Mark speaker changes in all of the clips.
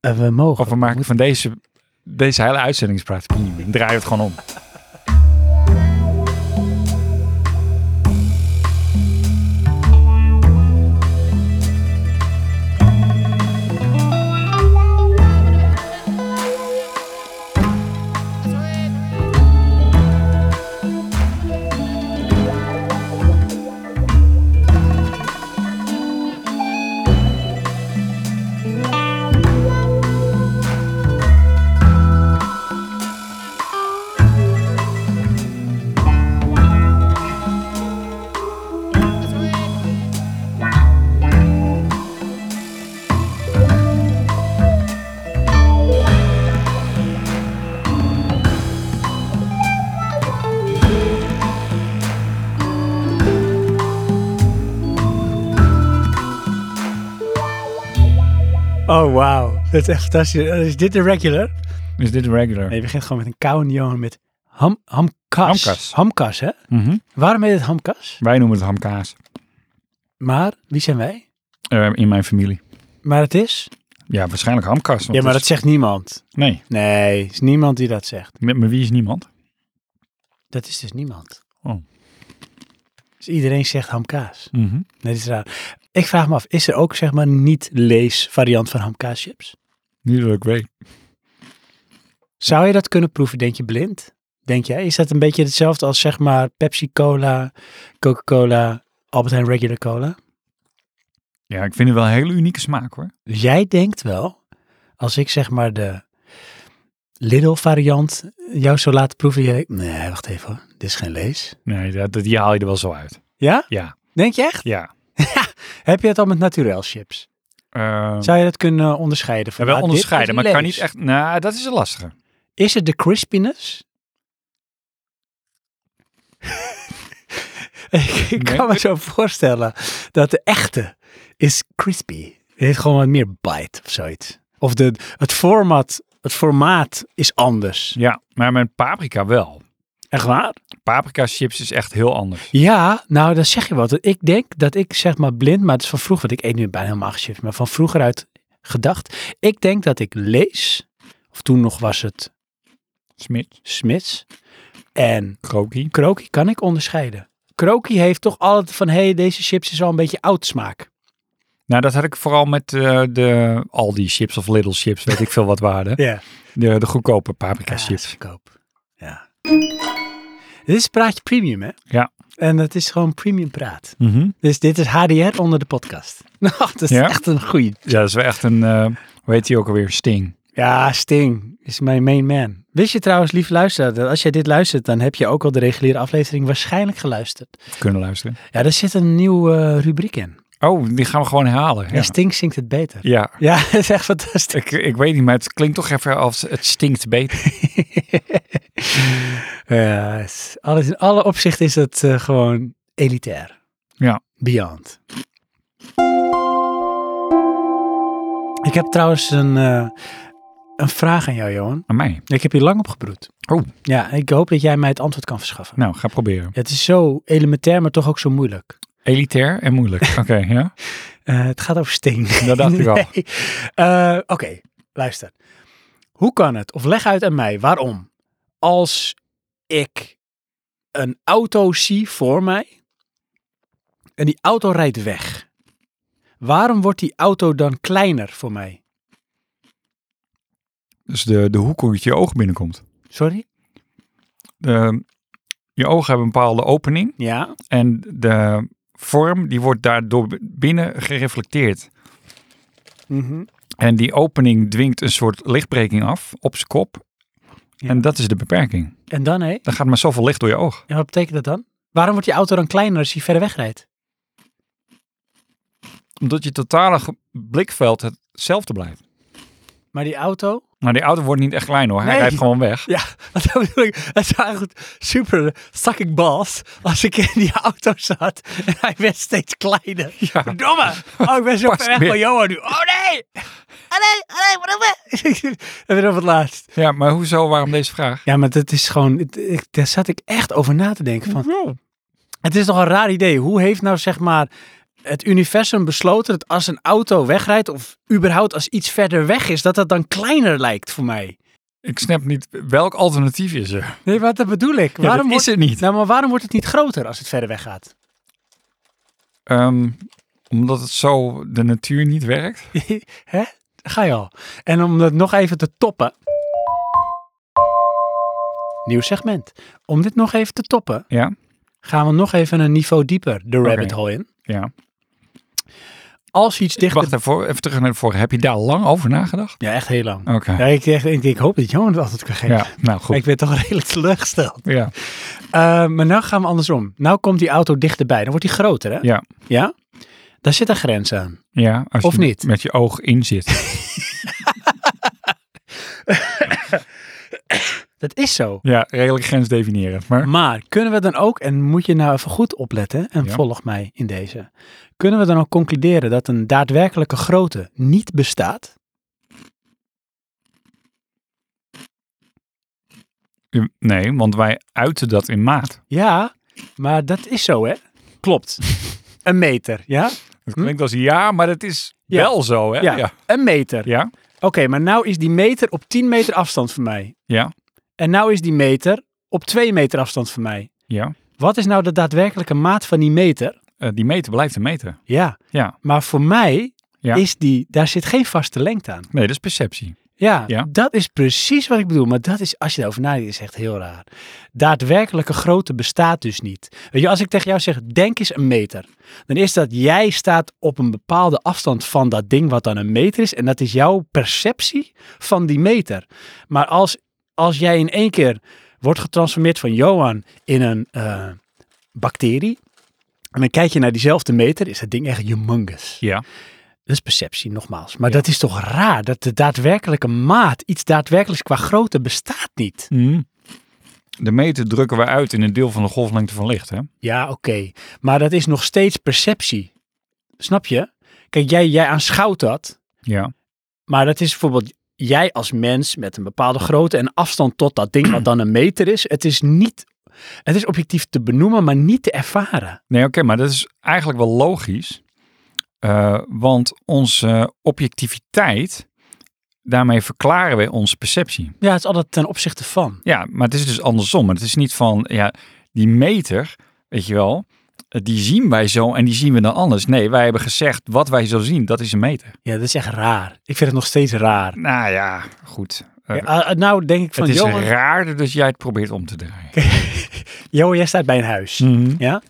Speaker 1: En Eh, we mogen.
Speaker 2: Of we maken van deze, deze hele uitzending is praktisch niet meer. Draai het gewoon om.
Speaker 1: Oh, wauw. Dat is echt fantastisch. Eh, Is dit de regular?
Speaker 2: Is dit regular?
Speaker 1: Nee, je begint gewoon met een koude jongen met ham, hamkas.
Speaker 2: Hamkas.
Speaker 1: Hamkas, hè?
Speaker 2: Mhm.
Speaker 1: Waarom heet het hamkas?
Speaker 2: Wij noemen het hamkaas.
Speaker 1: Maar, wie zijn wij?
Speaker 2: Eh, in mijn familie.
Speaker 1: Maar het is?
Speaker 2: Ja, waarschijnlijk hamkaas. want
Speaker 1: Ja, maar
Speaker 2: dat
Speaker 1: dat zegt niemand.
Speaker 2: is- Nee,
Speaker 1: Nee, er is niemand die dat zegt.
Speaker 2: met maar wie is niemand?
Speaker 1: Dat is dus niemand.
Speaker 2: Oh.
Speaker 1: Dus iedereen zegt hamkaas.
Speaker 2: Mhm.
Speaker 1: Nee, dit is raar. Ik vraag me af, is er ook zeg maar niet lees variant van hamkaaschips?
Speaker 2: Niet dat ik weet.
Speaker 1: Zou je dat kunnen proeven, denk je, blind? Denk jij? Is dat een beetje hetzelfde als zeg maar Pepsi Cola, Coca-Cola, Albert Heijn Regular Cola?
Speaker 2: Ja, ik vind het wel een hele unieke smaak hoor.
Speaker 1: Dus Jij denkt wel, als ik zeg maar de Lidl variant jou zou laten proeven, jij denkt, nee, wacht even hoor, dit is geen lees.
Speaker 2: Nee, dat, dat- die haal je er wel zo uit.
Speaker 1: Ja?
Speaker 2: Ja,
Speaker 1: Denk je echt?
Speaker 2: ja.
Speaker 1: Heb je het al met naturel chips?
Speaker 2: Eh,
Speaker 1: Zou je dat kunnen onderscheiden?
Speaker 2: ja,
Speaker 1: Van,
Speaker 2: wel
Speaker 1: ah, dit
Speaker 2: onderscheiden,
Speaker 1: is
Speaker 2: maar kan
Speaker 1: lees?
Speaker 2: niet echt... Nou, dat is een lastige.
Speaker 1: Is het de crispiness? ik ik kan
Speaker 2: Nee.
Speaker 1: me zo voorstellen dat de echte is crispy. Het heeft gewoon wat meer bite of zoiets. Of de, het, format, het formaat is anders.
Speaker 2: Ja, maar met paprika wel.
Speaker 1: Echt waar?
Speaker 2: Paprika chips is echt heel anders.
Speaker 1: Ja, nou dan zeg je wat. Ik denk dat ik zeg maar blind, maar het is van vroeger, want ik eet nu bijna helemaal geen chips, maar van vroeger uit gedacht. Ik denk dat ik lees, of toen nog was het
Speaker 2: Smit,
Speaker 1: Smits, en
Speaker 2: krokie.
Speaker 1: Kroki kan ik onderscheiden. Kroki heeft toch altijd van, hé, hey, deze chips is wel een beetje oud smaak.
Speaker 2: Nou, dat had ik vooral met eh, de Aldi chips of Lidl chips, weet ik veel wat waarde.
Speaker 1: Ja,
Speaker 2: De, de goedkope paprika
Speaker 1: dat is
Speaker 2: chips.
Speaker 1: goedkoop. Ja. Dit is Praatje Premium, hè?
Speaker 2: Ja.
Speaker 1: En het is gewoon premium praat.
Speaker 2: Mhm.
Speaker 1: Dus dit is HDR onder de podcast. Nou, dat is
Speaker 2: Ja?
Speaker 1: echt een goeie.
Speaker 2: Ja, dat is wel echt een, eh, hoe heet die ook alweer? Sting.
Speaker 1: Ja, Sting is mijn main man. Wist je trouwens, lief luisteraar, dat als jij dit luistert, dan heb je ook al de reguliere aflevering waarschijnlijk geluisterd.
Speaker 2: Kunnen luisteren.
Speaker 1: Ja, daar zit een nieuwe eh, rubriek in.
Speaker 2: Oh, die gaan we gewoon herhalen.
Speaker 1: En
Speaker 2: Ja.
Speaker 1: Sting zingt het beter.
Speaker 2: ja.
Speaker 1: Ja, dat is echt fantastisch.
Speaker 2: Ik, ik weet niet, maar het klinkt toch even als het stinkt beter.
Speaker 1: Ja, het is- alles, in alle opzichten is het eh, gewoon elitair.
Speaker 2: Ja.
Speaker 1: Beyond. Ik heb trouwens een, eh, een vraag aan jou, Johan.
Speaker 2: Aan mij.
Speaker 1: Ik heb hier lang op gebroed.
Speaker 2: Oh.
Speaker 1: Ja, ik hoop dat jij mij het antwoord kan verschaffen.
Speaker 2: Nou, ga proberen.
Speaker 1: Het is zo elementair, maar toch ook zo moeilijk.
Speaker 2: Elitair en moeilijk. Oké, ja.
Speaker 1: Eh, het gaat over steen.
Speaker 2: Dat dacht ik al.
Speaker 1: Nee. Eh, Oké, luister. Hoe kan het, of leg uit aan mij, waarom als ik een auto zie voor mij en die auto rijdt weg, waarom wordt die auto dan kleiner voor mij?
Speaker 2: Dus de, de hoek hoe het je oog binnenkomt.
Speaker 1: Sorry?
Speaker 2: De, je ogen hebben een bepaalde opening
Speaker 1: Ja.
Speaker 2: en de vorm die wordt daardoor binnen gereflecteerd.
Speaker 1: Mhm.
Speaker 2: En die opening dwingt een soort lichtbreking af op zijn kop.
Speaker 1: Ja.
Speaker 2: En dat is de beperking.
Speaker 1: En dan hé?
Speaker 2: Dan gaat maar zoveel licht door je oog.
Speaker 1: En wat betekent dat dan? Waarom wordt die auto dan kleiner als hij verder wegrijdt?
Speaker 2: Omdat je totale ge- blikveld hetzelfde blijft.
Speaker 1: Maar die auto
Speaker 2: Maar Nou, die auto wordt niet echt klein hoor. Hij
Speaker 1: Nee.
Speaker 2: rijdt gewoon weg.
Speaker 1: Ja, dat bedoel ik. Het zou eigenlijk super sucking balls als ik in die auto zat en hij werd steeds kleiner.
Speaker 2: Ja.
Speaker 1: Domme! Oh, ik ben zo
Speaker 2: Past
Speaker 1: ver weg
Speaker 2: weer.
Speaker 1: van Johan nu. Oh nee! Allee, allee, wat doen we? En weer op het laatst.
Speaker 2: Ja, maar hoezo, waarom deze vraag?
Speaker 1: Ja, maar dat is gewoon, het- ik, daar zat ik echt over na te denken. Van,
Speaker 2: Hoezo?
Speaker 1: het is toch een raar idee. Hoe heeft nou zeg maar het universum besloten dat als een auto wegrijdt, of überhaupt als iets verder weg is, dat dat dan kleiner lijkt voor mij.
Speaker 2: Ik snap niet, welk alternatief is er?
Speaker 1: Nee, wat dat bedoel ik.
Speaker 2: Ja,
Speaker 1: waarom
Speaker 2: dat is
Speaker 1: wordt,
Speaker 2: er niet.
Speaker 1: nou, maar waarom wordt het niet groter als het verder weg gaat?
Speaker 2: Ehm, omdat het zo de natuur niet werkt.
Speaker 1: Hè? Ga je al. En om dat nog even te toppen. Nieuw segment. Om dit nog even te toppen,
Speaker 2: Ja,
Speaker 1: gaan we nog even een niveau dieper de rabbit hole in.
Speaker 2: ja.
Speaker 1: Als iets dichter...
Speaker 2: Wacht daarvoor, even terug naar de vorige. Heb je daar lang over nagedacht?
Speaker 1: Ja, echt heel lang.
Speaker 2: Oké.
Speaker 1: Ja, ik, ik, ik, ik hoop dat Johan het altijd kan geven.
Speaker 2: Ja, nou goed.
Speaker 1: Ik ben toch redelijk teleurgesteld.
Speaker 2: Ja,
Speaker 1: Eh, maar nu gaan we andersom. Nou komt die auto dichterbij. Dan wordt die groter, hè?
Speaker 2: ja,
Speaker 1: Ja? Daar zit een grens aan.
Speaker 2: ja. Als
Speaker 1: Of
Speaker 2: je
Speaker 1: niet?
Speaker 2: Met je oog in zit.
Speaker 1: Dat is zo.
Speaker 2: ja, redelijk grensdefinierend. Maar
Speaker 1: Maar kunnen we dan ook, en moet je nou even goed opletten en
Speaker 2: Ja.
Speaker 1: volg mij in deze. Kunnen we dan ook concluderen dat een daadwerkelijke grootte niet bestaat?
Speaker 2: nee, want wij uiten dat in maat.
Speaker 1: Ja, maar dat is zo, hè? Klopt. een meter, ja?
Speaker 2: Het klinkt als ja, maar het is
Speaker 1: Hm? Ja.
Speaker 2: wel zo, hè?
Speaker 1: Ja,
Speaker 2: ja.
Speaker 1: een meter.
Speaker 2: Ja?
Speaker 1: Oké, maar nou is die meter op 10 meter afstand van mij.
Speaker 2: Ja.
Speaker 1: En nou is die meter op 2 meter afstand van mij.
Speaker 2: ja.
Speaker 1: Wat is nou de daadwerkelijke maat van die meter?
Speaker 2: Eh, die meter blijft een meter.
Speaker 1: Ja.
Speaker 2: Ja.
Speaker 1: Maar voor mij
Speaker 2: Ja.
Speaker 1: is die, daar zit geen vaste lengte aan.
Speaker 2: Nee, dat is perceptie.
Speaker 1: Ja,
Speaker 2: Ja.
Speaker 1: dat is precies wat ik bedoel. Maar dat is, als je daarover nadenkt, is echt heel raar. Daadwerkelijke grootte bestaat dus niet. Weet je, als ik tegen jou zeg, denk eens een meter. Dan is dat jij staat op een bepaalde afstand van dat ding wat dan een meter is. En dat is jouw perceptie van die meter. Maar als, als jij in één keer wordt getransformeerd van Johan in een eh, bacterie. En dan kijk je naar diezelfde meter, is dat ding echt humongous.
Speaker 2: Ja.
Speaker 1: Dat is perceptie, nogmaals. Maar dat is toch raar dat de daadwerkelijke maat, iets daadwerkelijks qua grootte, bestaat niet.
Speaker 2: Mhm. De meter drukken we uit in een deel van de golflengte van licht, hè?
Speaker 1: Ja, oké. Maar dat is nog steeds perceptie. Snap je? Kijk, jij, jij aanschouwt dat.
Speaker 2: Ja.
Speaker 1: Maar dat is bijvoorbeeld jij als mens met een bepaalde grootte en afstand tot dat ding wat dan een meter is. Het is niet, het is objectief te benoemen, maar niet te ervaren.
Speaker 2: Nee, oké, maar dat is eigenlijk wel logisch. Eh, want onze objectiviteit, daarmee verklaren we onze perceptie.
Speaker 1: Ja, het is altijd ten opzichte van.
Speaker 2: Ja, maar het is dus andersom. Het is niet van, ja, die meter, weet je wel, eh, die zien wij zo en die zien we dan anders. Nee, wij hebben gezegd, wat wij zo zien, dat is een meter.
Speaker 1: Ja, dat is echt raar. Ik vind het nog steeds raar.
Speaker 2: Nou ja, goed. Eh,
Speaker 1: Ja, ah, ah, nou denk ik van,
Speaker 2: het is
Speaker 1: Johan,
Speaker 2: raarder dat jij het probeert om te draaien.
Speaker 1: Johan, jij staat bij een huis.
Speaker 2: Mhm.
Speaker 1: Ja?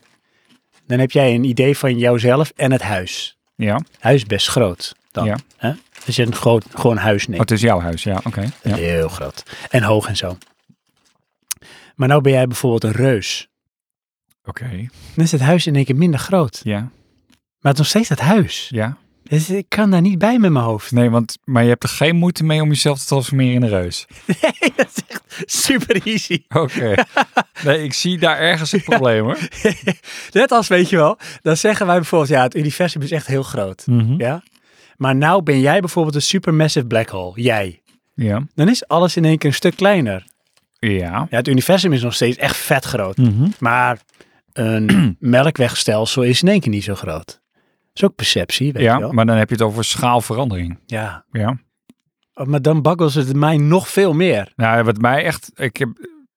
Speaker 1: Dan heb jij een idee van jouzelf en het huis.
Speaker 2: Ja.
Speaker 1: Huis is best groot dan.
Speaker 2: Ja.
Speaker 1: Hè? Als je een groot, gewoon huis
Speaker 2: Oh,
Speaker 1: neemt.
Speaker 2: het is jouw huis, ja. Oké. Ja.
Speaker 1: Heel groot. En hoog en zo. Maar nou ben jij bijvoorbeeld een reus.
Speaker 2: Oké.
Speaker 1: Dan is het huis in één keer minder groot.
Speaker 2: Ja.
Speaker 1: Maar het is nog steeds dat huis.
Speaker 2: Ja.
Speaker 1: Dus ik kan daar niet bij met mijn hoofd.
Speaker 2: Nee, want, maar je hebt er geen moeite mee om jezelf te transformeren in een reus.
Speaker 1: Nee, dat is echt super easy.
Speaker 2: Oké. Nee, ik zie daar ergens een probleem hoor.
Speaker 1: Net als, weet je wel, dan zeggen wij bijvoorbeeld, ja, het universum is echt heel groot.
Speaker 2: Mhm.
Speaker 1: Ja? Maar nou ben jij bijvoorbeeld een supermassive black hole. Jij.
Speaker 2: Ja.
Speaker 1: Dan is alles in één keer een stuk kleiner.
Speaker 2: Ja.
Speaker 1: Ja, het universum is nog steeds echt vet groot.
Speaker 2: Mhm.
Speaker 1: Maar een melkwegstelsel is in één keer niet zo groot. Dat is ook perceptie, weet je
Speaker 2: Ja,
Speaker 1: wel.
Speaker 2: maar dan heb je het over schaalverandering.
Speaker 1: Ja.
Speaker 2: Ja.
Speaker 1: Oh, Maar dan bakkels het mij nog veel meer.
Speaker 2: Nou, wat mij echt... Ik heb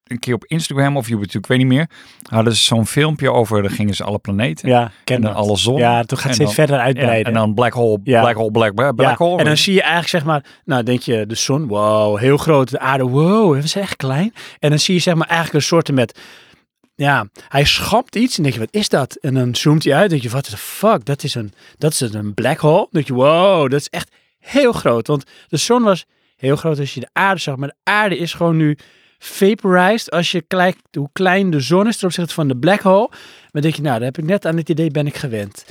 Speaker 2: een keer op Instagram of YouTube, ik weet niet meer, hadden ze zo'n filmpje over, dan gingen ze alle planeten.
Speaker 1: Ja, ik
Speaker 2: En
Speaker 1: ken
Speaker 2: dan
Speaker 1: dat.
Speaker 2: alle zon.
Speaker 1: Ja, toen gaat het
Speaker 2: En
Speaker 1: steeds
Speaker 2: dan-
Speaker 1: verder
Speaker 2: Ja,
Speaker 1: uitbreiden.
Speaker 2: en dan black hole,
Speaker 1: Ja.
Speaker 2: black hole, black, black,
Speaker 1: Ja,
Speaker 2: hole.
Speaker 1: en dan zie je eigenlijk zeg maar, nou denk je de zon, wow, heel groot. De aarde, wow, we zijn echt klein. En dan zie je zeg maar eigenlijk een soort met, ja, hij schapt iets en denk je, wat is dat? En dan zoomt hij uit en denk je, what the fuck, dat is een, dat is een black hole. Dan denk je, wow, dat is echt heel groot. Want de zon was heel groot als je de aarde zag, maar de aarde is gewoon nu vaporized als je kijkt hoe klein de zon is ten opzichte van de black hole. Dan denk je, nou, daar heb ik net aan het idee ben ik gewend.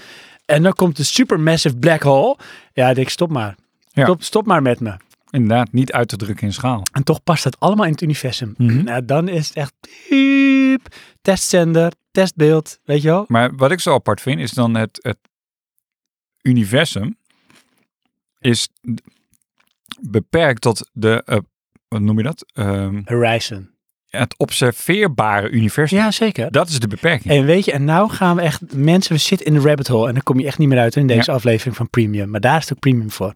Speaker 1: En dan komt de supermassive black hole. Ja, ik denk, stop maar.
Speaker 2: Ja.
Speaker 1: Stop, stop maar met me.
Speaker 2: Inderdaad, niet uit te drukken in schaal.
Speaker 1: En toch past dat allemaal in het universum.
Speaker 2: Mhm.
Speaker 1: Nou, dan is het echt piep, testzender, testbeeld, weet je wel?
Speaker 2: Maar wat ik zo apart vind, is dan het, het universum is d- beperkt tot de, eh, wat noem je dat? Ehm,
Speaker 1: Horizon.
Speaker 2: het observeerbare universum.
Speaker 1: Ja, zeker.
Speaker 2: Dat is de beperking.
Speaker 1: En weet je, en nou gaan we echt, mensen, we zitten in de rabbit hole en dan kom je echt niet meer uit in deze aflevering van Premium. Maar daar is het ook Premium voor.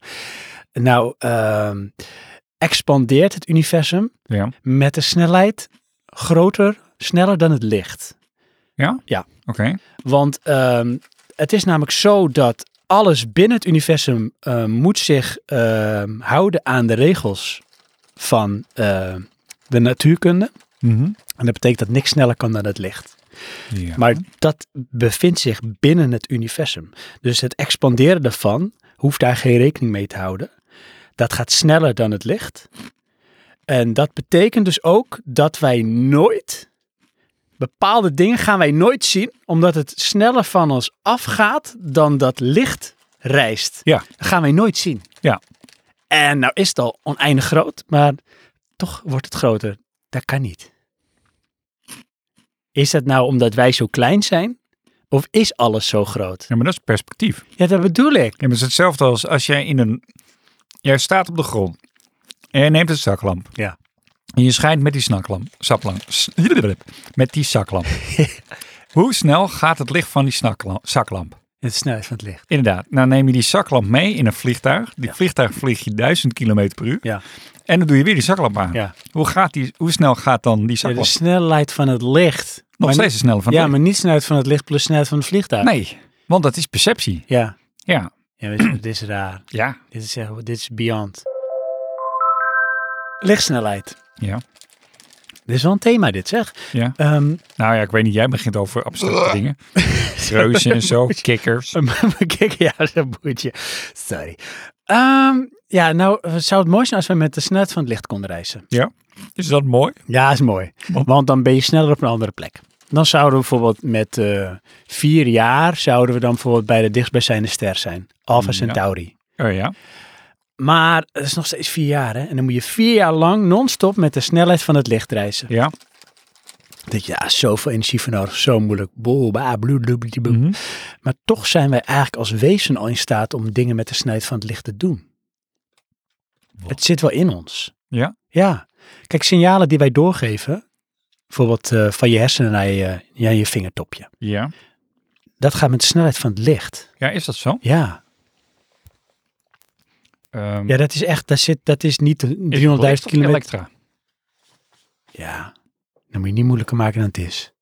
Speaker 1: Nou, ehm, expandeert het universum
Speaker 2: Ja.
Speaker 1: met een snelheid groter, sneller dan het licht.
Speaker 2: Oké.
Speaker 1: Want ehm, het is namelijk zo dat alles binnen het universum ehm, moet zich ehm, houden aan de regels van ehm, de natuurkunde. En dat betekent dat niks sneller kan dan het licht.
Speaker 2: ja.
Speaker 1: Mhm. Maar dat bevindt zich binnen het universum. Dus het expanderen daarvan hoeft daar geen rekening mee te houden. Dat gaat sneller dan het licht. En dat betekent dus ook dat wij nooit, bepaalde dingen gaan wij nooit zien, omdat het sneller van ons afgaat dan dat licht reist.
Speaker 2: Ja.
Speaker 1: Dat gaan wij nooit zien.
Speaker 2: Ja.
Speaker 1: En nou is het al oneindig groot, maar toch wordt het groter. Dat kan niet. Is dat nou omdat wij zo klein zijn? Of is alles zo groot?
Speaker 2: Ja, maar dat is perspectief.
Speaker 1: Ja, dat bedoel ik.
Speaker 2: Ja, maar het is hetzelfde als als jij in een... Jij staat op de grond en je neemt een zaklamp.
Speaker 1: Ja.
Speaker 2: En je schijnt met die snaklamp, saplamp, s- met die zaklamp. Hoe snel gaat het licht van die snakla- zaklamp?
Speaker 1: Het snelheid van het licht.
Speaker 2: Inderdaad. Nou neem je die zaklamp mee in een vliegtuig. Die
Speaker 1: Ja.
Speaker 2: vliegtuig vlieg je duizend kilometer per uur.
Speaker 1: Ja.
Speaker 2: En dan doe je weer die zaklamp aan.
Speaker 1: Ja.
Speaker 2: Hoe, gaat die, hoe snel gaat dan die
Speaker 1: de
Speaker 2: zaklamp?
Speaker 1: snelheid van het licht.
Speaker 2: Nog
Speaker 1: Maar
Speaker 2: steeds sneller van
Speaker 1: niet- Ja,
Speaker 2: het licht.
Speaker 1: maar niet snelheid van het licht plus snelheid van het vliegtuig.
Speaker 2: Nee, want dat is perceptie.
Speaker 1: Ja.
Speaker 2: Ja.
Speaker 1: ja weet je, dit is raar.
Speaker 2: Ja.
Speaker 1: Dit is, echt- dit is beyond. Lichtsnelheid.
Speaker 2: Ja.
Speaker 1: Dit is wel een thema dit, zeg.
Speaker 2: ja.
Speaker 1: Ehm,
Speaker 2: Nou ja, ik weet niet. Jij begint over abstracte dingen. Reuzen en zo. Kikkers.
Speaker 1: Kijk, ja, dat boertje. Sorry. Ehm, ja, nou zou het mooi zijn als we met de snelheid van het licht konden reizen.
Speaker 2: Is dat mooi?
Speaker 1: Ja, is mooi.
Speaker 2: Want-
Speaker 1: Want dan ben je sneller op een andere plek. Dan zouden we bijvoorbeeld met eh, vier jaar, zouden we dan bijvoorbeeld bij de dichtstbijzijnde ster zijn. Alpha
Speaker 2: Ja.
Speaker 1: Centauri.
Speaker 2: Oh ja.
Speaker 1: Maar dat is nog steeds vier jaar, hè? En dan moet je vier jaar lang non-stop met de snelheid van het licht reizen.
Speaker 2: Ja.
Speaker 1: Dat je, ja, zoveel energie voor nodig, zo moeilijk. Boe, ba, bloe, bloe, bloe, bloe.
Speaker 2: Mhm.
Speaker 1: Maar toch zijn wij eigenlijk als wezen al in staat om dingen met de snelheid van het licht te doen.
Speaker 2: Wow.
Speaker 1: Het zit wel in ons.
Speaker 2: Ja?
Speaker 1: Ja. Kijk, signalen die wij doorgeven, bijvoorbeeld eh, van je hersenen naar je, naar je vingertopje.
Speaker 2: Ja.
Speaker 1: Dat gaat met de snelheid van het licht.
Speaker 2: Ja, is dat zo?
Speaker 1: Ja.
Speaker 2: Ehm,
Speaker 1: Ja, dat is echt, dat, zit, dat is niet de 300.000
Speaker 2: is Elektra-
Speaker 1: kilometer.
Speaker 2: Elektra.
Speaker 1: Ja, dan moet je niet moeilijker maken dan het is.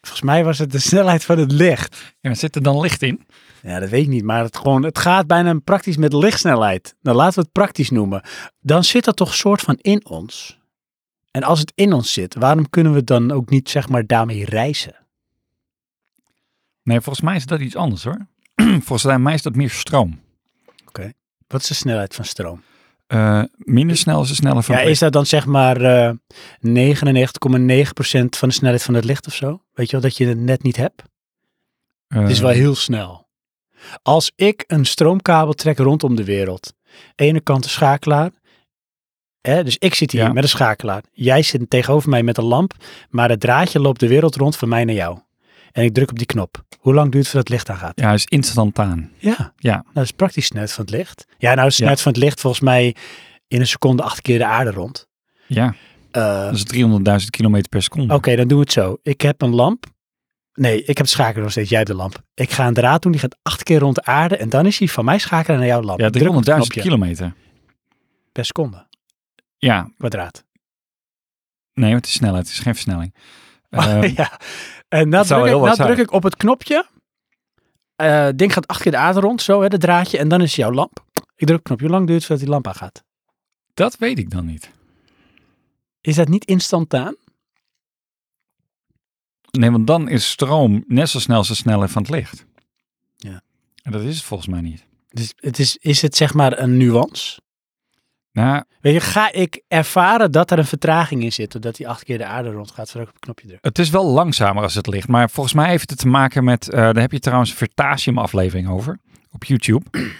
Speaker 1: Volgens mij was het de snelheid van het licht.
Speaker 2: Ja, maar zit er dan licht in?
Speaker 1: Ja, dat weet ik niet, maar het, gewoon, het gaat bijna praktisch met lichtsnelheid. Nou, laten we het praktisch noemen. Dan zit dat toch soort van in ons. En als het in ons zit, waarom kunnen we het dan ook niet, zeg maar, daarmee reizen?
Speaker 2: Nee, volgens mij is dat iets anders hoor. volgens mij is dat meer stroom.
Speaker 1: Wat is de snelheid van stroom?
Speaker 2: Eh, minder snel is de snelle van
Speaker 1: Ja,
Speaker 2: het
Speaker 1: is
Speaker 2: licht.
Speaker 1: dat dan zeg maar eh 99,9% van de snelheid van het licht of zo? Weet je wel, dat je het net niet hebt? Het is
Speaker 2: Eh,
Speaker 1: wel heel snel. Als ik een stroomkabel trek rondom de wereld. Ene kant een schakelaar. Hè, dus ik zit hier
Speaker 2: Ja.
Speaker 1: met een schakelaar. Jij zit tegenover mij met een lamp. Maar het draadje loopt de wereld rond van mij naar jou. En ik druk op die knop. Hoe lang duurt het voordat het licht aangaat?
Speaker 2: Ja, is instantaan.
Speaker 1: Ja.
Speaker 2: Ja.
Speaker 1: Nou, dat is praktisch snelheid van het licht. Ja, nou is snelheid van het licht volgens mij in een seconde acht keer de aarde rond.
Speaker 2: Ja,
Speaker 1: Eh,
Speaker 2: dat is 300.000 kilometer per seconde.
Speaker 1: Oké, dan doen we het zo. Ik heb een lamp. Nee, ik heb het schakelen nog steeds. Jij hebt de lamp. Ik ga een draad doen. Die gaat acht keer rond de aarde. En dan is hij van mij schakelen naar jouw lamp.
Speaker 2: Ja,
Speaker 1: Ik druk op het
Speaker 2: 300.000
Speaker 1: knopje
Speaker 2: kilometer.
Speaker 1: Per seconde.
Speaker 2: Ja,
Speaker 1: Kwadraat.
Speaker 2: nee, het is snelheid. Het is geen versnelling. Ehm,
Speaker 1: ja. En dan
Speaker 2: zou
Speaker 1: druk, ik,
Speaker 2: heel wat
Speaker 1: dan
Speaker 2: zijn.
Speaker 1: druk ik op het knopje. Eh ding gaat acht keer de aarde rond. Zo, hè, dat draadje. En dan is jouw lamp. Ik druk op het knopje. Hoe lang duurt het voordat die lamp aangaat?
Speaker 2: dat weet ik dan niet.
Speaker 1: Is dat niet instantaan?
Speaker 2: Nee, want dan is stroom net zo snel als de snelheid van het licht.
Speaker 1: Ja.
Speaker 2: En dat is het volgens mij niet.
Speaker 1: Dus het is, is het zeg maar een nuance?
Speaker 2: Nou,
Speaker 1: Weet je, ga ik ervaren dat er een vertraging in zit, doordat die acht keer de aarde rond gaat, voordat ik op het knopje druk?
Speaker 2: Het is wel langzamer als het licht, maar volgens mij heeft het te maken met. eh, daar heb je trouwens een Vertasium-aflevering over op YouTube.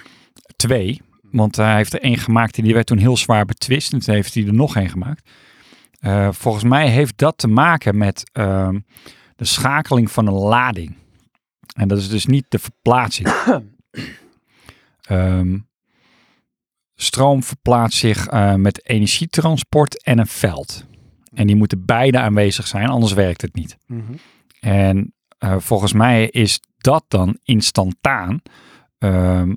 Speaker 2: Twee, want hij heeft er één gemaakt en die werd toen heel zwaar betwist. En toen heeft hij er nog één gemaakt. Eh, volgens mij heeft dat te maken met ehm, de schakeling van een lading. En dat is dus niet de verplaatsing. Ehm, stroom verplaatst zich eh, met energietransport en een veld. En die moeten beide aanwezig zijn, anders werkt het niet.
Speaker 1: Mhm.
Speaker 2: En eh, volgens mij is dat dan instantaan, ehm,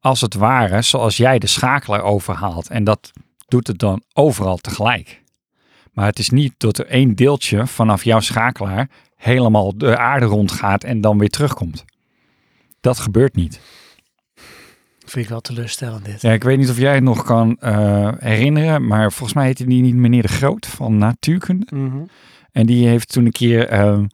Speaker 2: als het ware, zoals jij de schakelaar overhaalt. En dat doet het dan overal tegelijk. Maar het is niet dat er één deeltje vanaf jouw schakelaar helemaal de aarde rondgaat en dan weer terugkomt. Dat gebeurt niet.
Speaker 1: Vind ik wel teleurstellend dit.
Speaker 2: Ja, ik weet niet of jij het nog kan eh, herinneren, maar volgens mij heette die niet meneer de Groot van Natuurkunde.
Speaker 1: Mhm.
Speaker 2: En die heeft toen een keer ehm,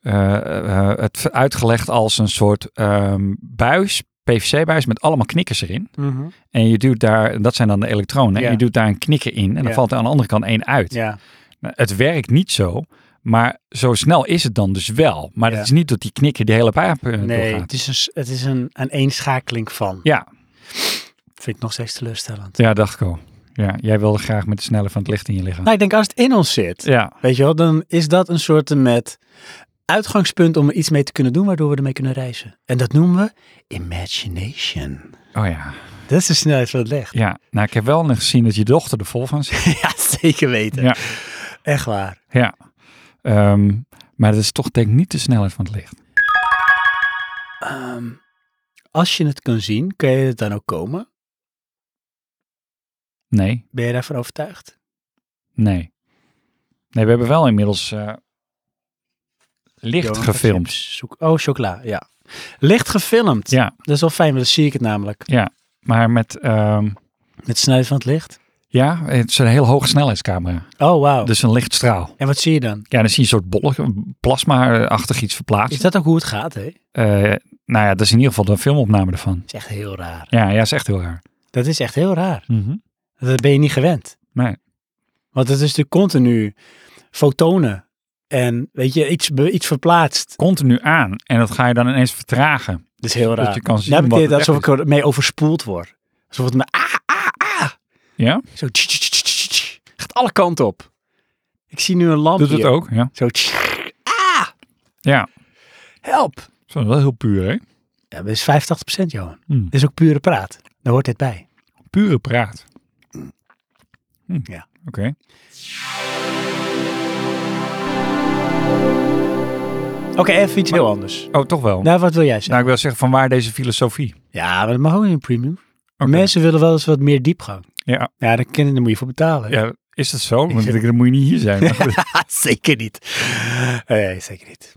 Speaker 2: eh, eh, het uitgelegd als een soort ehm, buis, PVC-buis met allemaal knikkers erin.
Speaker 1: Mhm.
Speaker 2: En je duwt daar, dat zijn dan de elektronen,
Speaker 1: Ja.
Speaker 2: en je duwt daar een knikker in en dan
Speaker 1: Ja.
Speaker 2: valt er aan de andere kant één uit.
Speaker 1: Ja,
Speaker 2: Nou, Het werkt niet zo, maar zo snel is het dan dus wel. Maar
Speaker 1: Ja.
Speaker 2: het is niet dat die knikker de hele pijp eh,
Speaker 1: nee,
Speaker 2: doorgaat.
Speaker 1: het is, een, s- het is een, een eenschakeling van.
Speaker 2: Ja.
Speaker 1: Vind ik nog steeds teleurstellend.
Speaker 2: Ja, dacht ik al. Ja, jij wilde graag met de snelle van het licht in je lichaam.
Speaker 1: Nou, ik denk als het in ons zit,
Speaker 2: Ja,
Speaker 1: weet je wel, dan is dat een soort eh, met uitgangspunt om er iets mee te kunnen doen, waardoor we ermee kunnen reizen. En dat noemen we imagination.
Speaker 2: oh ja.
Speaker 1: Dat is de snelheid van het licht.
Speaker 2: Ja, nou ik heb wel nog gezien dat je dochter er vol van zit.
Speaker 1: Ja, zeker weten.
Speaker 2: Ja.
Speaker 1: Echt waar.
Speaker 2: Ja. Ehm, maar dat is toch denk ik niet de snelheid van het licht.
Speaker 1: Ehm, als je het kan zien, kun je het dan ook komen?
Speaker 2: Nee,
Speaker 1: Ben je daarvan overtuigd?
Speaker 2: nee. Nee, we hebben wel inmiddels eh, licht
Speaker 1: Johan van
Speaker 2: gefilmd.
Speaker 1: Chips Zoek, oh, chocola, ja. Licht gefilmd.
Speaker 2: Ja.
Speaker 1: Dat is wel fijn, want dan zie ik het namelijk.
Speaker 2: Maar met, ehm,
Speaker 1: Met snelheid van het licht.
Speaker 2: ja, het is een heel hoge snelheidscamera.
Speaker 1: Oh, wauw.
Speaker 2: Dus een lichtstraal.
Speaker 1: En wat zie je dan?
Speaker 2: Ja, dan zie je een soort bollig, een plasma-achtig iets
Speaker 1: Is
Speaker 2: verplaatst.
Speaker 1: dat ook hoe het gaat, hè?
Speaker 2: Eh, nou ja, dat is in ieder geval de filmopname ervan.
Speaker 1: is echt heel raar.
Speaker 2: Ja, ja, is echt heel raar.
Speaker 1: Dat is echt heel raar. Dat ben je niet gewend.
Speaker 2: Nee.
Speaker 1: Want het is natuurlijk continu fotonen. En weet je, iets, be- iets verplaatst.
Speaker 2: Continu aan. En dat ga je dan ineens vertragen.
Speaker 1: Dat is heel
Speaker 2: Zodat
Speaker 1: raar.
Speaker 2: je kan zien
Speaker 1: nou heb
Speaker 2: wat
Speaker 1: ik dit
Speaker 2: het echt
Speaker 1: alsof ik ermee overspoeld word. Alsof het me... Ah, ah, ah.
Speaker 2: Ja?
Speaker 1: Zo... tsch, tsch, tsch, tsch, tsch. Gaat alle kanten op. Ik zie nu een lamp
Speaker 2: Doet het
Speaker 1: hier.
Speaker 2: ook, ja.
Speaker 1: Zo... tsch, ah,
Speaker 2: Ja.
Speaker 1: help.
Speaker 2: Zo, wel heel puur, hè?
Speaker 1: Ja, maar dit is 85% Johan.
Speaker 2: Hmm.
Speaker 1: Dit is ook pure praat. Daar hoort dit bij.
Speaker 2: Pure praat. Hm,
Speaker 1: Mm. Ja.
Speaker 2: Oké.
Speaker 1: Oké, even iets heel anders.
Speaker 2: Oh, toch wel.
Speaker 1: Nou, wat wil jij zeggen?
Speaker 2: Nou, ik wil zeggen, van waar deze filosofie?
Speaker 1: ja, maar dat mag ook in een premium.
Speaker 2: Oké.
Speaker 1: Mensen willen wel eens wat meer diepgang.
Speaker 2: Ja,
Speaker 1: Ja, daar, kun- daar moet je voor betalen.
Speaker 2: ja, is dat zo? Want ik denk, dan moet je niet hier zijn. Maar goed.
Speaker 1: zeker niet. Nee, Eh, zeker niet.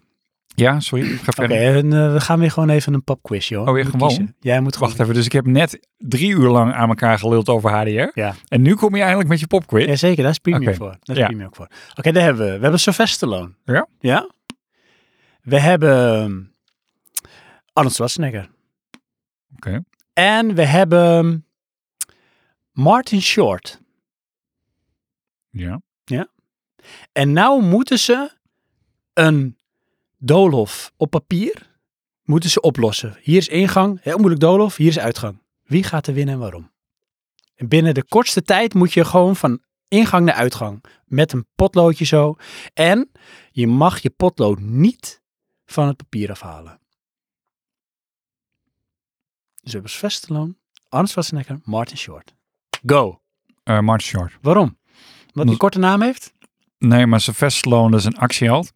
Speaker 2: ja, sorry. Ga
Speaker 1: Oké,
Speaker 2: verder.
Speaker 1: en, eh, we gaan weer gewoon even een popquiz, joh.
Speaker 2: Oh, weer
Speaker 1: Je moet
Speaker 2: gewoon?
Speaker 1: kiezen. Jij moet gewoon
Speaker 2: Wacht even, dus ik heb net drie uur lang aan elkaar geluld over HDR.
Speaker 1: Ja.
Speaker 2: En nu kom je eindelijk met je popquiz.
Speaker 1: Ja, zeker. Daar is premium
Speaker 2: Oké,
Speaker 1: voor. Daar is
Speaker 2: ja.
Speaker 1: premium voor. Oké, daar hebben we. We hebben Sylvester Stallone.
Speaker 2: Ja.
Speaker 1: Ja. We hebben ehm, Arnold Schwarzenegger.
Speaker 2: Oké.
Speaker 1: En we hebben ehm, Martin Short.
Speaker 2: Ja.
Speaker 1: En nou moeten ze een doolhof op papier moeten ze oplossen. Hier is ingang, heel moeilijk doolhof, hier is uitgang. Wie gaat er winnen en waarom? En binnen de kortste tijd moet je gewoon van ingang naar uitgang met een potloodje zo. En je mag je potlood niet van het papier afhalen. Dus we hebben Vesteloon, Arnold Schwarzenegger, Martin Short. Go.
Speaker 2: Eh Martin Short.
Speaker 1: Waarom? Wat die
Speaker 2: Omdat-
Speaker 1: korte naam heeft?
Speaker 2: Nee, maar Sylvester Stallone is een actieheld.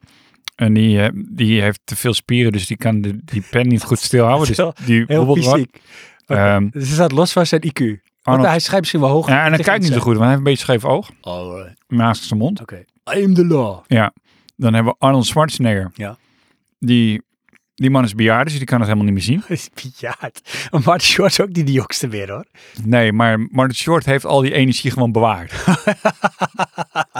Speaker 2: En die, eh, die heeft te veel spieren, dus die kan de, die pen niet goed stilhouden. Dus
Speaker 1: Heel-
Speaker 2: die
Speaker 1: Heel
Speaker 2: hobbelt wat.
Speaker 1: fysiek.
Speaker 2: Ehm,
Speaker 1: Dus is dat los van zijn IQ? Want
Speaker 2: Arnold-
Speaker 1: hij schrijft misschien wel hoog.
Speaker 2: ja, en hij
Speaker 1: tegen
Speaker 2: kijkt niet zo goed, want hij heeft een beetje scheef oog.
Speaker 1: iets, hè? Alright.
Speaker 2: Naast zijn mond.
Speaker 1: Oké. I am the law.
Speaker 2: Dan hebben we Arnold Schwarzenegger.
Speaker 1: Ja.
Speaker 2: Die, die man is bejaard, dus die kan het helemaal niet meer zien.
Speaker 1: is bejaard. Maar Martin Short is ook niet de jongste meer hoor.
Speaker 2: Nee, maar Martin Short heeft al die energie gewoon bewaard.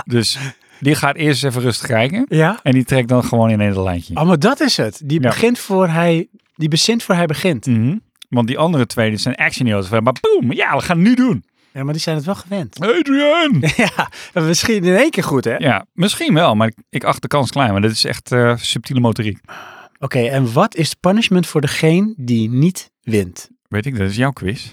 Speaker 2: dus die gaat eerst even rustig kijken.
Speaker 1: Ja?
Speaker 2: En die trekt dan gewoon in een lijntje.
Speaker 1: Oh, maar dat is het. Die
Speaker 2: Ja.
Speaker 1: begint voor hij... Die bezint voor hij begint.
Speaker 2: Mhm. Want die andere twee, dit zijn action heroes. Maar boem, ja, we gaan het nu doen.
Speaker 1: Ja, maar die zijn het wel gewend.
Speaker 2: Adrian!
Speaker 1: ja, maar misschien in één keer goed hè.
Speaker 2: ja, misschien wel, maar ik, ik acht de kans klein. Maar dat is echt eh, subtiele motoriek.
Speaker 1: Oké, en wat is het punishment voor degene die niet wint?
Speaker 2: Weet ik, dat is jouw quiz.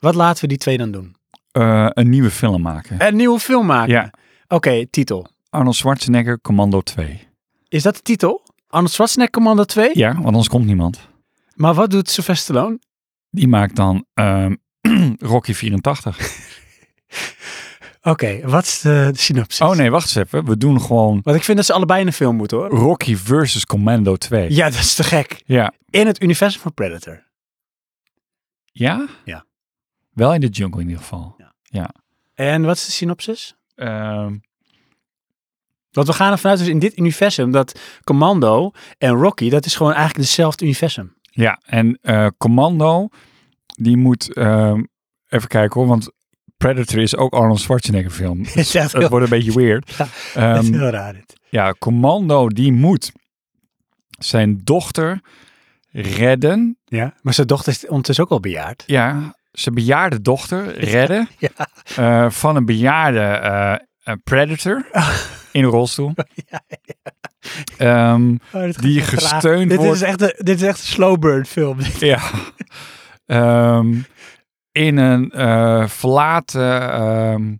Speaker 1: Wat laten we die twee dan doen?
Speaker 2: Eh, een nieuwe film maken.
Speaker 1: Een nieuwe film maken.
Speaker 2: Ja,
Speaker 1: Oké, titel.
Speaker 2: Arnold Schwarzenegger, Commando 2.
Speaker 1: Is dat de titel? Arnold Schwarzenegger Commando 2?
Speaker 2: Ja, want anders komt niemand.
Speaker 1: Maar wat doet Sylvester Stallone?
Speaker 2: Die maakt dan ehm, Rocky 84.
Speaker 1: Oké, wat is de, de synopsis?
Speaker 2: Oh nee, wacht eens even. We doen gewoon
Speaker 1: Want ik vind dat ze allebei in een film moeten hoor.
Speaker 2: Rocky versus Commando 2.
Speaker 1: Ja, dat is te gek.
Speaker 2: Ja.
Speaker 1: In het universum van Predator.
Speaker 2: Ja?
Speaker 1: Ja.
Speaker 2: Wel in de jungle in ieder geval.
Speaker 1: Ja. En wat is de synopsis?
Speaker 2: Ehm,
Speaker 1: Want we gaan ervan uit dus in dit universum dat Commando en Rocky, dat is gewoon eigenlijk hetzelfde universum.
Speaker 2: ja, en eh, Commando, die moet... ehm, even kijken hoor, want Predator is ook Arnold Schwarzenegger film.
Speaker 1: Het is echt
Speaker 2: Het
Speaker 1: heel,
Speaker 2: wordt een beetje weird.
Speaker 1: Ja,
Speaker 2: Ehm,
Speaker 1: het is heel raar dit.
Speaker 2: Ja, Commando die moet zijn dochter redden.
Speaker 1: Ja, maar zijn dochter is ondertussen ook al bejaard.
Speaker 2: Ja, zijn bejaarde dochter redden.
Speaker 1: Ja.
Speaker 2: eh, van een bejaarde eh, een predator in een rolstoel. Ehm,
Speaker 1: Oh, dit gaat
Speaker 2: Die
Speaker 1: echt traag.
Speaker 2: gesteund
Speaker 1: dit
Speaker 2: wordt-
Speaker 1: Is echt een, dit is echt een slow burn film.
Speaker 2: ja. Ehm, in een eh, verlaten ehm,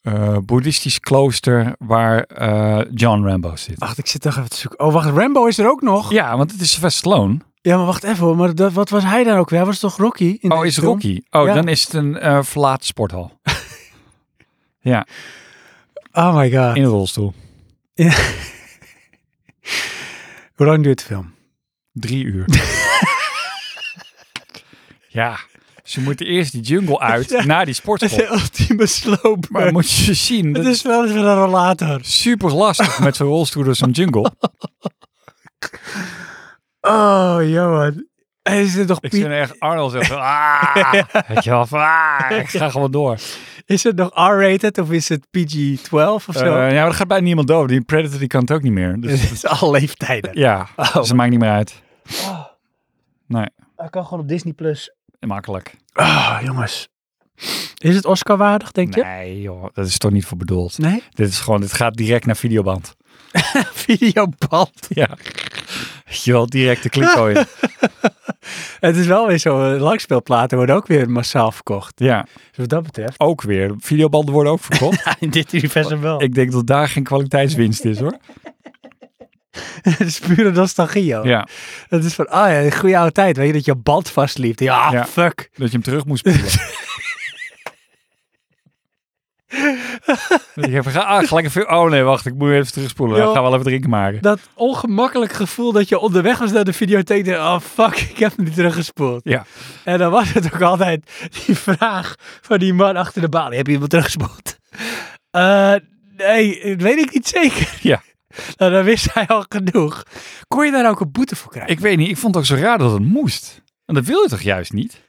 Speaker 2: eh, boeddhistisch klooster waar eh, John Rambo zit.
Speaker 1: Wacht, ik zit nog even te zoeken. Oh, wacht, Rambo is er ook nog?
Speaker 2: Ja, want het is Sylvester Stallone.
Speaker 1: Ja, maar wacht even hoor. Maar dat, wat was hij daar ook weer? Hij was toch Rocky? in
Speaker 2: Oh,
Speaker 1: deze
Speaker 2: is
Speaker 1: film?
Speaker 2: Rocky. Oh,
Speaker 1: Ja.
Speaker 2: dan is het een eh, verlaten sporthal. ja,
Speaker 1: Oh my god.
Speaker 2: in een rolstoel.
Speaker 1: Hoe lang duurt de film?
Speaker 2: Drie uur. ja, ze moeten eerst die jungle uit
Speaker 1: Ja.
Speaker 2: naar die
Speaker 1: Het is
Speaker 2: sportschool.
Speaker 1: de ultieme slow burn.
Speaker 2: Maar moet je dus zien, dat
Speaker 1: het
Speaker 2: is
Speaker 1: is wel eens weer een rollator.
Speaker 2: super lastig met zo'n rolstoel door zo'n jungle.
Speaker 1: Oh, jongen. Hij is er nog
Speaker 2: Ik
Speaker 1: Piet-
Speaker 2: zie dan echt Arnold zeggen, ah, weet je wel, van, ah, ik ga gewoon door.
Speaker 1: Is het nog R-rated of is het PG-12 of
Speaker 2: Eh,
Speaker 1: zo?
Speaker 2: ja, maar dat gaat bijna niemand dood. Die Predator die kan het ook niet meer. Dus,
Speaker 1: het is alle leeftijden.
Speaker 2: ja,
Speaker 1: Oh.
Speaker 2: dus dat maakt niet meer uit.
Speaker 1: Hij kan gewoon op Disney+. Plus.
Speaker 2: Makkelijk.
Speaker 1: Ah, jongens. Is het Oscar-waardig, denk je?
Speaker 2: Nee joh, dat is toch niet voor bedoeld.
Speaker 1: Nee?
Speaker 2: Dit is gewoon, dit gaat direct naar videoband.
Speaker 1: Videoband.
Speaker 2: Ja. Weet Je wel, direct de kliko in.
Speaker 1: Het is wel weer zo. eh, Langspeelplaten worden ook weer massaal verkocht.
Speaker 2: Ja,
Speaker 1: Dus wat dat betreft.
Speaker 2: ook weer. Videobanden worden ook verkocht.
Speaker 1: in dit universum wel.
Speaker 2: Ik denk dat daar geen kwaliteitswinst is hoor.
Speaker 1: het is pure nostalgie, joh.
Speaker 2: Ja,
Speaker 1: Het is van, ah ja, de goede oude tijd. Weet je, dat je band vastliep. Ja,
Speaker 2: Ja.
Speaker 1: fuck.
Speaker 2: dat je hem terug moest spelen. Ik heb ge- ah, gelijk even. Oh nee, wacht, ik moet even terugspoelen. Ik
Speaker 1: Ja.
Speaker 2: ga wel even drinken maken.
Speaker 1: Dat ongemakkelijk gevoel dat je onderweg was naar de videotheek. dacht, Oh, fuck, ik heb hem niet teruggespoeld.
Speaker 2: Ja.
Speaker 1: En dan was het ook altijd die vraag van die man achter de balie. Heb je hem wel teruggespoeld? Eh, nee, dat weet ik niet zeker.
Speaker 2: Ja.
Speaker 1: Nou, dan wist hij al genoeg. Kon je daar ook een boete voor krijgen?
Speaker 2: Ik weet niet, ik vond het ook zo raar dat het moest. En dat wil je toch juist niet?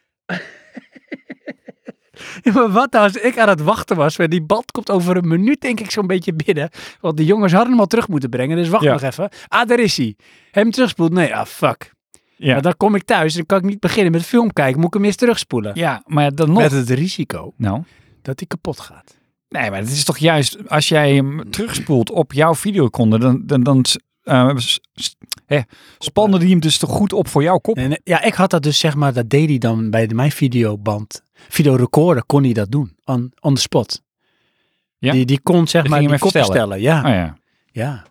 Speaker 1: Ja, maar wat nou als ik aan het wachten was? want Die band komt over een minuut denk ik zo'n beetje binnen. Want de jongens hadden hem al terug moeten brengen. Dus wacht
Speaker 2: Ja.
Speaker 1: nog even. Ah, daar is hij. Hem terugspoelt? Nee, ah fuck.
Speaker 2: Ja.
Speaker 1: Maar dan kom ik thuis en dan kan ik niet beginnen met film kijken. Moet ik hem eerst terugspoelen?
Speaker 2: Ja, maar dan nog.
Speaker 1: Met het risico
Speaker 2: Nou,
Speaker 1: dat hij kapot gaat.
Speaker 2: nee, maar het is toch juist als jij hem terugspoelt op jouw videoconde, dan, dan, dan eh, s- s- hè, spande die hem dus toch goed op voor jouw kop.
Speaker 1: En, eh, ja, ik had dat dus zeg maar, dat deed hij dan bij de- mijn videoband. Videorecorder kon hij dat doen. On, on the spot.
Speaker 2: Ja?
Speaker 1: Die, die kon zeg
Speaker 2: ging
Speaker 1: maar
Speaker 2: hem
Speaker 1: die
Speaker 2: even
Speaker 1: kop stellen.
Speaker 2: stellen.
Speaker 1: Ja,
Speaker 2: Ah, ja.
Speaker 1: ja.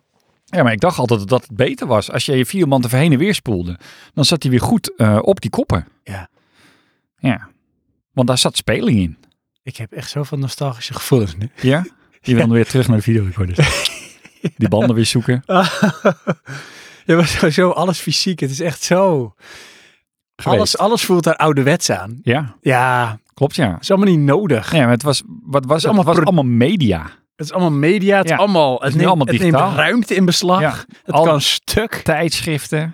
Speaker 2: ja, maar ik dacht altijd dat het beter was. Als jij je videoband even heen en weer spoelde, dan zat hij weer goed eh, op die koppen.
Speaker 1: Ja.
Speaker 2: Ja. Want daar zat speling in.
Speaker 1: Ik heb echt zoveel nostalgische gevoelens nu.
Speaker 2: Ja? Je wil dan weer terug naar de videorecorder. Die banden weer zoeken.
Speaker 1: ja, maar sowieso alles fysiek. Het is echt zo. Alles,
Speaker 2: Geweest.
Speaker 1: alles voelt daar ouderwets aan.
Speaker 2: Ja,
Speaker 1: Ja, het
Speaker 2: klopt ja.
Speaker 1: is allemaal niet nodig.
Speaker 2: Nee, maar het was, wat was het?
Speaker 1: allemaal
Speaker 2: Het was
Speaker 1: pro-
Speaker 2: allemaal media.
Speaker 1: Het is allemaal media. Het,
Speaker 2: Ja,
Speaker 1: is allemaal, het,
Speaker 2: is nu
Speaker 1: neemt,
Speaker 2: allemaal
Speaker 1: het neemt
Speaker 2: digitaal.
Speaker 1: ruimte in beslag.
Speaker 2: Ja,
Speaker 1: het
Speaker 2: al-
Speaker 1: kan stuk.
Speaker 2: Tijdschriften.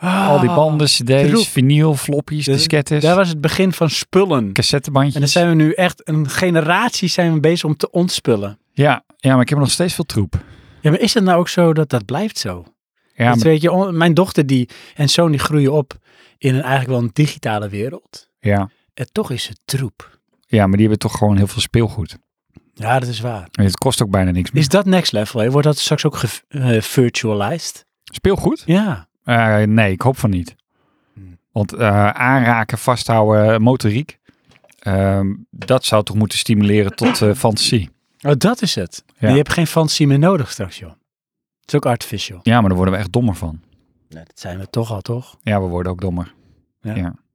Speaker 2: Al die
Speaker 1: Ah,
Speaker 2: banden, cd's,
Speaker 1: troep.
Speaker 2: vinyl, floppies,
Speaker 1: Dus
Speaker 2: diskettes,
Speaker 1: Daar was het begin van spullen. En dan
Speaker 2: cassettebandjes.
Speaker 1: zijn we nu echt een generatie zijn we bezig om te ontspullen.
Speaker 2: Ja, ja, maar ik heb nog steeds veel troep.
Speaker 1: Ja, maar is het nou ook zo dat dat blijft zo?
Speaker 2: Ja,
Speaker 1: Dus
Speaker 2: maar,
Speaker 1: weet je, on- mijn dochter die, en zoon die groeien op in een eigenlijk wel een digitale wereld.
Speaker 2: ja,
Speaker 1: En toch is het troep.
Speaker 2: ja, maar die hebben toch gewoon heel veel speelgoed.
Speaker 1: Ja, dat is waar.
Speaker 2: En het kost ook bijna niks meer.
Speaker 1: Is dat next level? Hè? Wordt dat straks ook ge- eh, virtualized?
Speaker 2: Speelgoed?
Speaker 1: Ja.
Speaker 2: Eh, nee, ik hoop van niet.
Speaker 1: Hmm.
Speaker 2: Want eh, aanraken, vasthouden, motoriek, ehm, dat zou toch moeten stimuleren tot eh, fantasie.
Speaker 1: Oh, dat is het.
Speaker 2: Ja.
Speaker 1: Je hebt geen fantasie meer nodig straks, joh. Het is ook artificial.
Speaker 2: Ja, maar daar worden we echt dommer van.
Speaker 1: dat zijn we toch al, toch?
Speaker 2: Ja, we worden ook dommer.
Speaker 1: Ja.
Speaker 2: Ja.